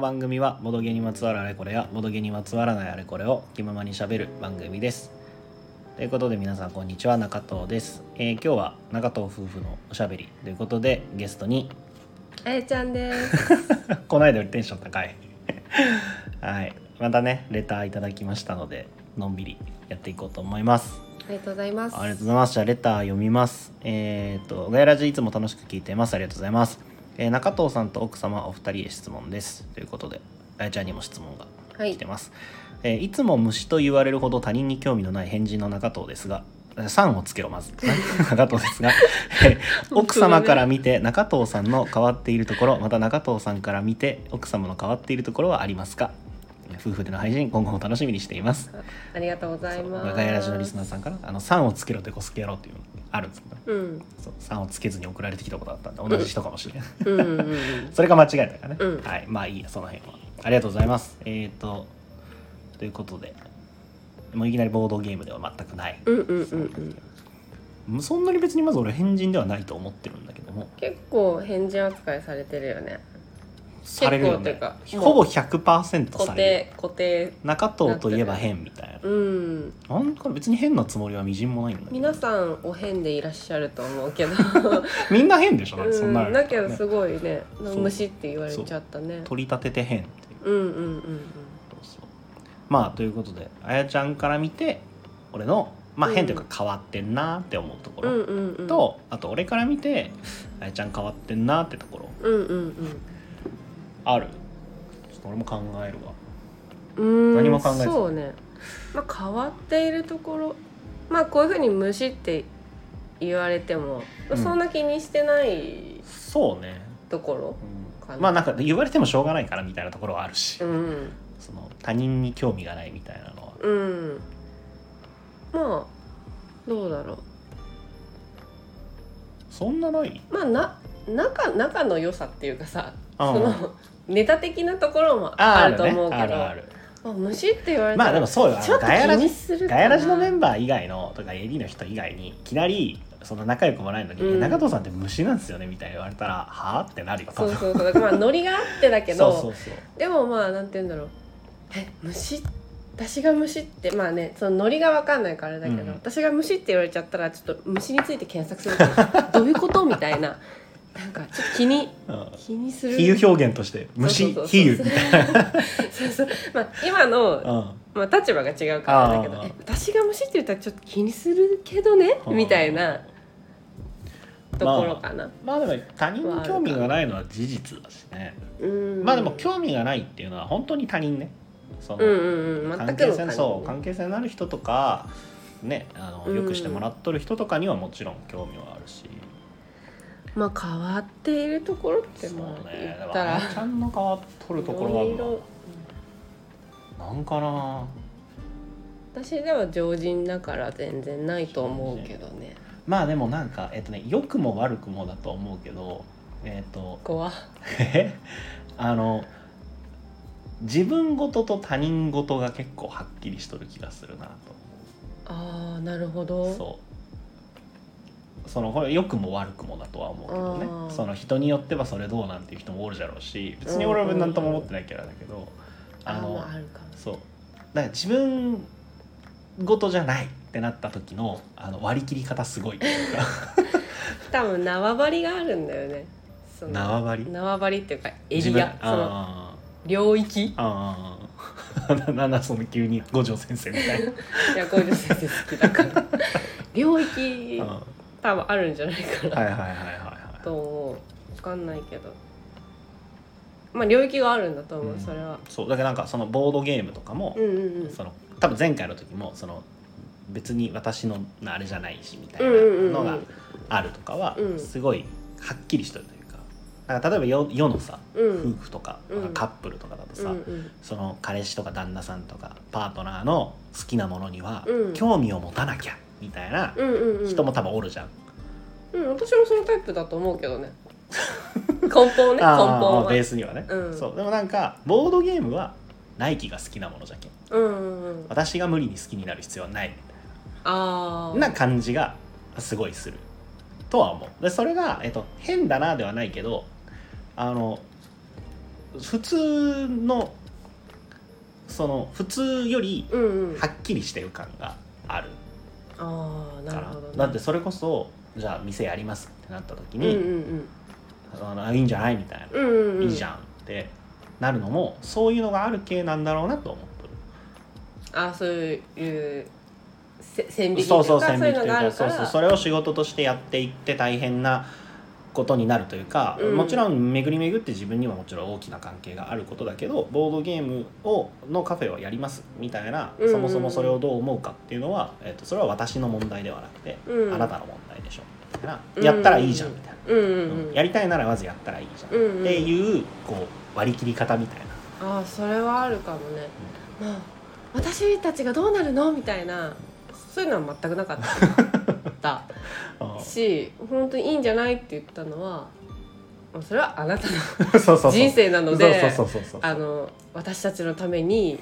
番組はモドゲにまつわるあれこれやモドゲにまつわらないあれこれを気ままにしゃべる番組ですということで皆さんこんにちは中藤です、えー今日は中藤夫婦のおしゃべりということでゲストに あやちゃんです。この間よりテンション高い はいまたねレターいただきましたのでのんびりやっていこうと思いますありがとうございます。ありがとうございます。じゃあレター読みます。えっ、と、ガヤラジいつも楽しく聞いています。ありがとうございます。えー中藤さんと奥様お二人へ質問です。ということで、あやちゃんにも質問がはい来てます。いえーいつも虫と言われるほど他人に興味のない変人の中藤ですが、3をつけろまず 中藤ですが、えー奥様から見て中藤さんの変わっているところまた中藤さんから見て奥様の変わっているところはありますか夫婦での配信今後も楽しみにしていますあありがとうございます。ガヤラジのリスナーさんから「あの3をつけろでこすけやろ」っていうのがあるんですけどうん。そう3をつけずに送られてきたことがあったんで同じ人かもしれないうんうんうん。それが間違えたからね、うんはいまあいいやその辺はありがとうございますえっ、とということでもういきなりボードゲームでは全くない、うんうんうんうん。もうそんなに別にまず俺変人ではないと思ってるんだけども結構変人扱いされてるよね。されるよっていうねかほぼ100%固される定固定。中藤といえば変みたいなうん。なんか別に変なつもりはみじんもないんだけど皆さんお変でいらっしゃると思うけど。みんな変でしょだってそうんなのん。だけどねすごいね。そう虫って言われちゃったね。取り立てて変っていううんうんうんそうそうまあということであやちゃんから見て俺のまあうん変というか変わってんなって思うとこうん。うんろうんうん。。と、あと俺から見てあやちゃん変わってんなってところうんうんあるちょっと俺も考えるわうん。何も考えずうんそうね。まあ変わっているところ。まあこういうふうに虫って言われても、まあそんな気にしてないそうね、ところ。うんかなまあなんか言われてもしょうがないからみたいなところはあるし、うん、その他人に興味がないみたいなのはうん、まあどうだろそんなないうまあな仲仲の良さっていうかさうんそのネタ的なところもあああるるとね思うけどあるあるまあ虫って言われたらまあでもそうよあのちょっと気ガヤラジにするかガなヤラジのメンバー以外のとか AD の人以外にいきなりそんな仲良くもないのに、うん中藤さんって虫なんですよねみたいに言われたらはあってなるよ多そう分そうそうだからまあノリがあってだけどそうそうそうでもまあなんて言うんだろうえ虫私が虫ってまあねそのノリが分かんないからあれだけど、うん私が虫って言われちゃったらちょっと虫について検索するとか どういうことみたいななんかちょっと気にうん気にする比喩表現として虫そうそう比喩そうみたいな、そうそうまあ今の、うんまあ、立場が違うからだけどあーえ私が虫って言ったらちょっと気にするけどねみたいなところかな、まあでも他人に興味がないのは事実だしねうんまあでも興味がないっていうのは本当に他人ねその、うんうんうん関全く係の性そう関係性のある人とかねあのよくしてもらっとる人とかにはもちろん興味はあるし、まあ変わっているところってそうまあ言ね、だっかたららあやちゃんの顔取るところだいろいろななんかな私では常人だから全然ないと思うけどねまあでもなんかえっとね良くも悪くもだと思うけどえっと 怖あの自分事と他人事が結構はっきりしとる気がするなあーなるほとどそうそのこれ良くも悪くもだとは思うけどあーねその人によってはそれどうなんていう人もおるじゃろうし別に俺は何とも思ってないキャラだけどあーまああるかもそうだから自分ごとじゃないってなった時のあの割り切り方すごい多分縄張りがあるんだよねその縄張り縄張りっていうかエ自リ分アそのあ領域ーあー なんだその急に五条先生みたいいやこういう先生好きだから 領域なうん多分あるんじゃないかなはいはいはいはいはいと思う分かんないけどまあ領域があるんだと思う、うんそれはそうだからなんかそのボードゲームとかもうん、うんうんその多分前回の時もその別に私のあれじゃないしみたいうんうんうんなのがあるとかはうんすごいはっきりしてるというかなんか例えば世世のさう夫ん婦とかうんカップルとかだとうんうさ、んその彼氏とか旦那さんとかパートナーの好きなものにはうん興味を持たなきゃみたいなうんうんうん人も多分おるじゃん。うん、私もそのタイプだと思うけどね根本ね根本ああはベースにはね、うんそうでもなんかボードゲームはナイキが好きなものじゃけんうんうんうん私が無理に好きになる必要はないああな感じがすごいするとは思うでそれが、えっと、変だなではないけどあの普通のその普通よりうんうんはっきりしてる感があるああなかるら、ほど、ね、だってそれこそじゃあ店やりますってなった時うんうに、んあのあいいんじゃないみたいな、うんうんうんいいじゃんってなるのもそういうのがある系なんだろうなと思っとる。あそういうせ線引きそうそうとか線そうい引うきといのうがあかるかそうらそうそれを仕事としてやっていって大変なことになるというか、うんもちろん巡り巡って自分にはもちろん大きな関係があることだけどボードゲームをのカフェをやりますみたいな、うんうんそもそもそれをどう思うかっていうのは、えっとそれは私の問題ではなくて、うんあなたの問題でしょみたいな、うんやったらいいじゃんみたいな、うんうんううんんやりたいならまずやったらいいじゃん、うんうんっていうこう割り切り方みたいな。ああそれはあるかもねまあ私たちがどうなるのみたいなそういうのは全くなか ったうんし本当にいいんじゃないって言ったのはまあそれはあなたのそうそうそう人生なのでそうそうそうそうそうあの私たちのために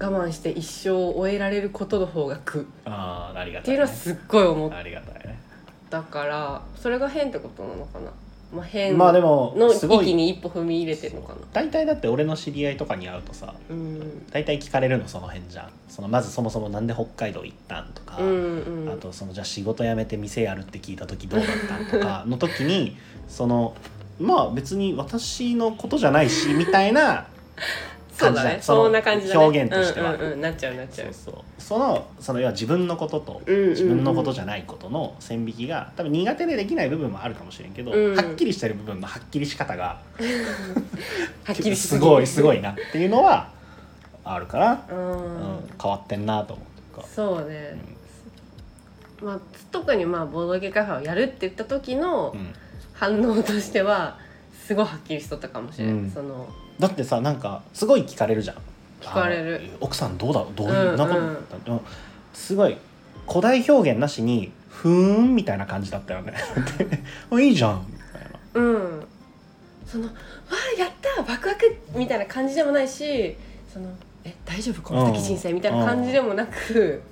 我慢して一生を終えられることの方が苦っあーありがてたいいうのねはすっごい思っありがたいねたからそれが変ってことなのかな、まあ、変まあでのもすご域いに一歩踏み入れてるのかな大体だって俺の知り合いとかに会うとさうん大体聞かれるのその辺じゃんそのまずそもそもなんで北海道行ったんとか、うんうんあとそのじゃあ仕事辞めて店やるって聞いた時どうだったんとかの時にそのまあ別に私のことじゃないしみたいなそう感だじねだそのそんな感じだね表現としてはうんうんうん、なっちゃうなっ ちそゃううそうそのその要は自分のこととうんうんうん自分のことじゃないことの線引きが多分苦手でできない部分もあるかもしれんけど、うんはっきりしてる部分のはっきりし方がはっきりしすごいすごいいなっていうのはあるから、ううんん、変わってんなと思うかそうね、まあ、特にまあボードゲーカフェをやるって言った時のうんうん反応としてはすごいはっきりしとったかもしれない、うんそのだってさなんかすごい聞かれるじゃん聞かれるあの奥さんどうだどういうんううんなんか、うんすごい古代表現なしに「ふーん」みたいな感じだったよね あいいじゃんみたいなうんその「わあやったワクワク!」みたいな感じでもないしその「え大丈夫この先人生」みたいな感じでもなく、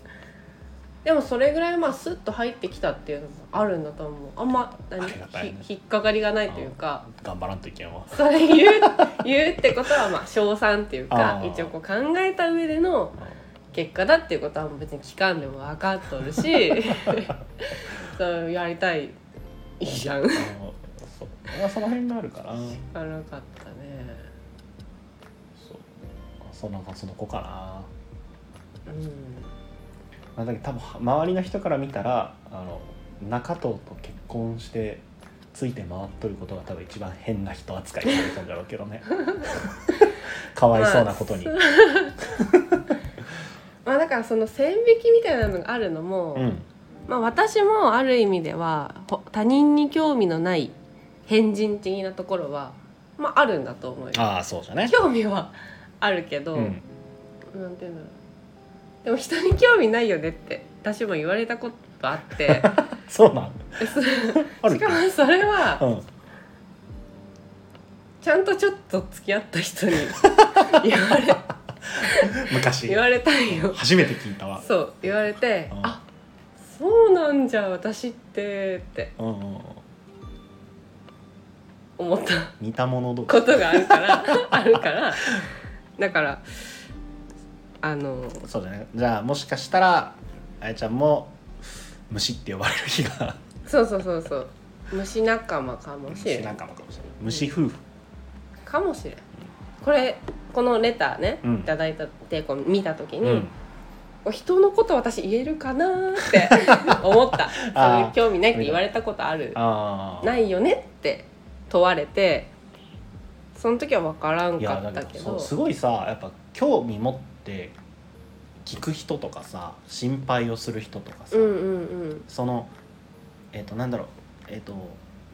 でもそれぐらいまあスッと入ってきたっていうのもあるんだと思うあんま何ありがたいねひ引っかかりがないというか。頑張らんといけんわそれ言う言うってことはまあ賞賛っていうかあー一応こう考えた上での結果だっていうことはもう別に期間でも分かっと るしそうやりたいいいじゃんあのそうまあその辺があるから悪かったねそうそんなその子かなうんまあ、だけど多分周りの人から見たらあの中藤と結婚してついて回っとることが多分一番変な人扱いされたんだろうけど ねかわいそうなことに、まあ、まあだからその線引きみたいなのがあるのも、うんまあ私もある意味ではほ他人に興味のない変人的なところはまああるんだと思うよああそうじゃね興味はあるけど、うんなんていうんだろうでも人に興味ないよねって私も言われたことあって そうなんそある しかもそれはうんちゃんとちょっと付き合った人 に言われ昔言われたんよ初めて聞いたわそう言われてう「んあそうなんじゃ私って」ってうんうんうん思った似たものどうことがあるか らあるからだからあのそうじゃねじゃあもしかしたらあやちゃんも虫って呼ばれる日がそうそうそうそう虫仲間かもしれ虫ない仲間かもしれない虫夫婦かもしれんこれこのレターね、うんいただいたってこう見た時うに、人のこと私言えるかなーって思った あーそういう興味ないって言われたことあるああないよねって問われてその時は分からんいかやっだたけけどそどうすごいさやっぱ興味持って聞く人とかさ心配をする人とかさ、うんうんそのえっ、となんだろうえっ、と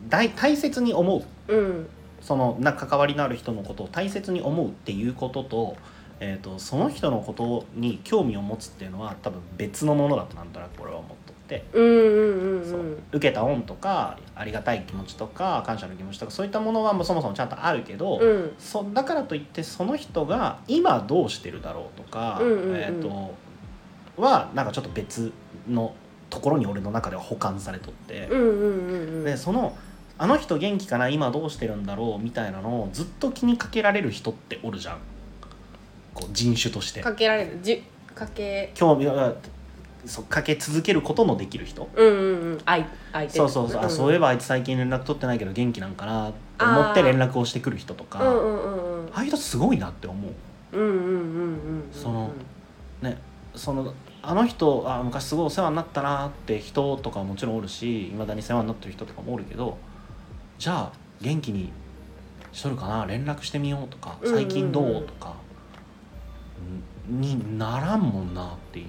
大大切に思ううんうんそのな関わりのある人のことを大切に思うっていうことと,、えー、とその人のことに興味を持つっていうのは多分別のものだとなんとなく俺は思っとって。うんうんうんうそうん受けた恩とかありがたい気持ちとか感謝の気持ちとかそういったものはもうそもそもちゃんとあるけど、うんそだからといってその人が今どうしてるだろうとか、うんうんうんえー、とはなんかちょっと別のところに俺の中では保管されとって、うんうんうんうんでそのあの人元気かな今どうしてるんだろうみたいなのをずっと気にかけられる人っておるじゃんこう人種としてかけられるじかけ興味がそうかけ続けることのできる人うんうんうん相相手そうそうそう、あそういえばあいつ最近連絡取ってないけど元気なんかなと思って連絡をしてくる人とかうんうんうんうんああいう人すごいなって思ううんうんうんうんうんそのそのあの人あ昔すごいお世話になったなって人とかももちろんおるしいまだに世話になってる人とかもおるけどじゃあ元気にしとるかな連絡してみようとかうんうんうん最近どうとかんにならんもんなっていう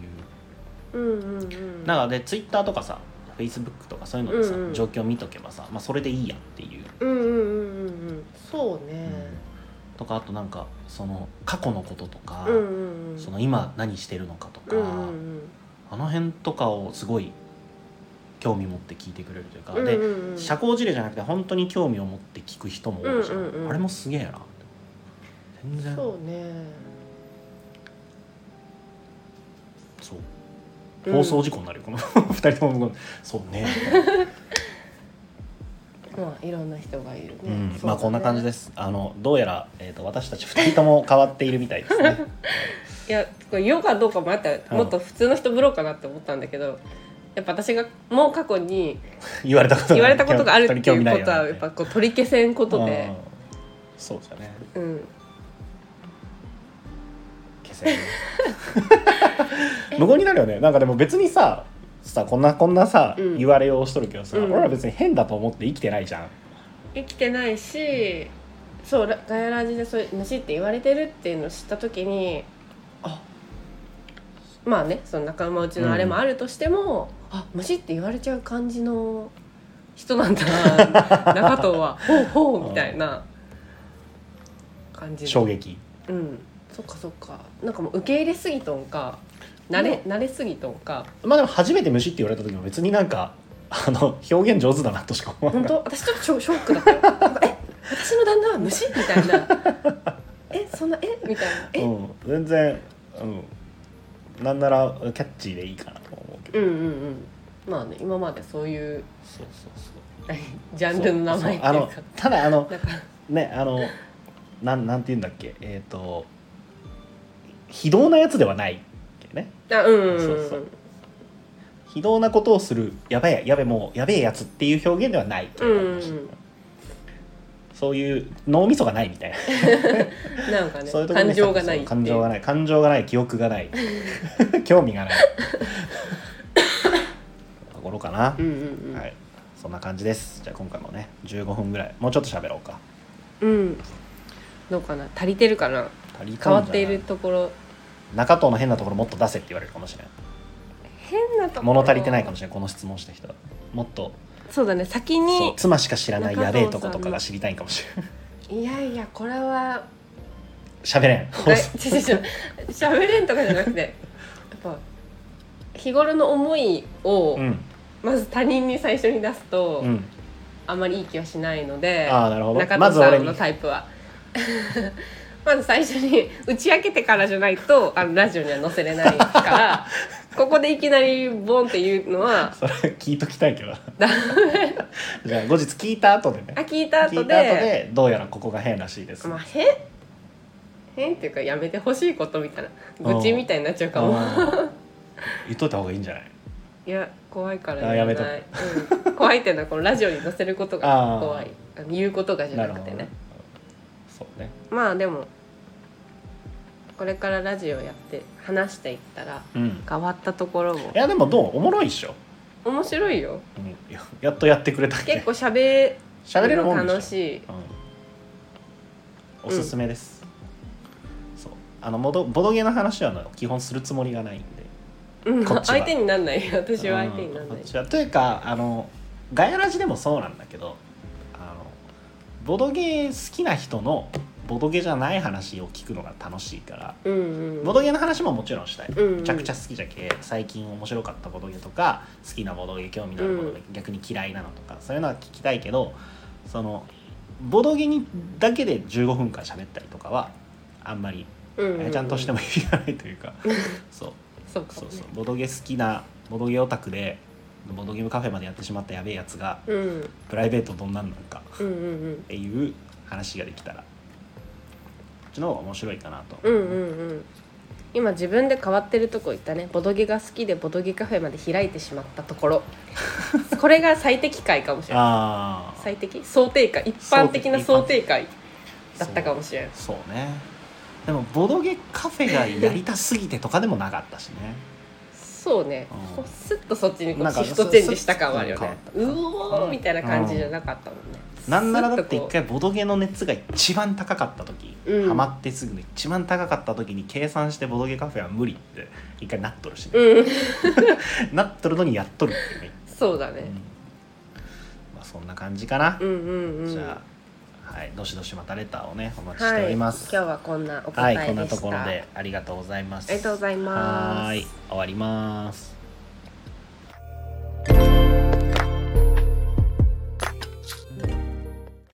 うんうんうんなのでツイッターとかさフェイスブックとかそういうのでさ、うんうん状況見とけばさ、まあ、それでいいやっていう、うんうんうんうんうんそうねとかあとなんかその過去のこととか、うんうんうんその今何してるのかとか、うんうんうんあの辺とかをすごい興味持って聞いてくれるというか、うんでうんうん社交辞令じゃなくて本当に興味を持って聞く人も多いじゃん、うんうんうんあれもすげえな全然そうそうねうん放送事故になるよこの 二人ともそうね、まあいろんな人がいるねうんそうだねまあこんな感じですあのどうやら、えー、と私たち二人とも変わっているみたいですね いやこれ言おうかどうか迷ったうんもっと普通の人ぶろうかなって思ったんだけどやっぱ私がもう過去に言われたことが 言われたことがあるっていう興味なこよとはねやっぱこう取り消せんことうでん、そうだねうん、消せ る無言になるよねなんかでも別にささこんなこんなさ、うん言われようしとるけどさ、うん俺ら別に変だと思って生きてないじゃん、生きてないしそうらガヤラジでそういう虫って言われてるっていうのを知った時にあまあねその仲間内のあれもあるとしても、あ虫って言われちゃう感じの人なんだな中藤 はほうほうみたいな感じの衝撃うんそっかそっかなんかもう受け入れすぎとんか慣れ慣れすぎとんかまあでも初めて虫って言われた時も別になんかあの表現上手だなとしか思わな本い当私ちょっとショショックだったよなんかえ私の旦那は虫みたいな えそんなえみたいなえ、うん、全然、うん、なんならキャッチーでいいかなと思うけど、うんうんうんまあね今までそういうそうそうそ何ジャうンルの名前っていうそうかあのただあのなんかねあのなんなんて言うんだっけえっ、と非道なやつではないけどねあうんうんうんそうそう非道なことをするやべえやべえもうやべえやつっていう表現ではないという感じ、うんうんうんそういう脳みそがないみたいな、なんかねそういうところ感に情がないっていそうう感情がない感情がない記憶が ない興味がないところかなう、んうんうん、はいそんな感じですじゃあ今回もね15分ぐらいもうちょっと喋ろうかうんどうかな足りてるかな足りとんじゃ変なわっているところ中藤の変なところもっと出せって言われるかもしれない変なところ物足りてないかもしれないこの質問した人はもっとそうだね先そうに妻しか知らない中や藤べえとことさんかのが知りたいかもしれないいやいやこれは喋れんえ違う違う違うしゃべれんとかじゃなくてやっぱ日頃の思いをうんまず他人に最初に出すと、うんあんまりいい気はしないのでああなるほど中ま野ずさ俺んにのタイプは まず最初に打ち明けてからじゃないとあのラジオには載せれないから ここでいきなりボンっていうの はそれ聞いときたい けどなダじゃあ後日聞いた後でねあ聞いた聞後いでた後でどうやらここが変らしいです、まあ変変っていうかやめてほしいことみたいな愚痴みたいになっちゃうかも。うん 言っといた方がいいんじゃないいや怖いからあ言やわめとない、うん、怖いっていうのはこのラジオに載せること あーが怖いあの言うことがじゃなくてねそうねまあでもこれからラジオやって話していったらうん変わったところもいやでもどうおもろいっしょ、面白いようん、ややっとやってくれたっ結け構しゃべ喋れるるものんでしょ楽しいうん、おすすめです、そうあのボドボドゲの話はあの基本するつもりがないんでうんこっちは相手になんない私は相手になんうないこっちはというかあのガヤラジでもそうなんだけどあのボドゲ好きな人のボドゲじゃない話を聞くのが楽しいから、うんうんボドゲの話ももちろんしたい、うんうんめちゃくちゃ好きじゃけ最近面白かったボドゲとか好きなボドゲ興味のあるボドゲ、逆に嫌いなのとかそういうのは聞きたいけどそのボドゲにだけで15分間喋ったりとかはあんまりうんうんあやちゃんとしてもい いかないというか、そうそうかそうもねそうボドゲ好きなボドゲオタクでボードゲームカフェまでやってしまったやべえやつがうんプライベートどんなんなのかうんうんっていう話ができたらこっちの方が面白いかなと、うんうんうんうん今自分で変わってるとこ行ったねボドゲが好きでボドゲカフェまで開いてしまったと ころこれが最適解かもしれないああ最適想定解一般的な想定解だったかもしれないそうそうねでもボドゲカフェがやりたすぎてとかでもなかったしねそうねうんこうスッとそっちにこなうんかシフトチェンジした感はあるよそうねそうそううおーみたいな感じじゃなかったもんねなんならだって一スッとこ回ボドゲの熱が一番高かった時、うんハマってすぐの一番高かった時に計算してボドゲカフェは無理って一回なっとるしね、ううんなっとるのにやっとるっていうね、そうだうねんまあ、そんな感じかなう、んうんうんじゃあはいどしどしまたレターをねお待ちしはておいり今ま日す、はこんなおは答い、こえんなでとしこたろあでありがとうございます。りがとうございまはすーい、終わります。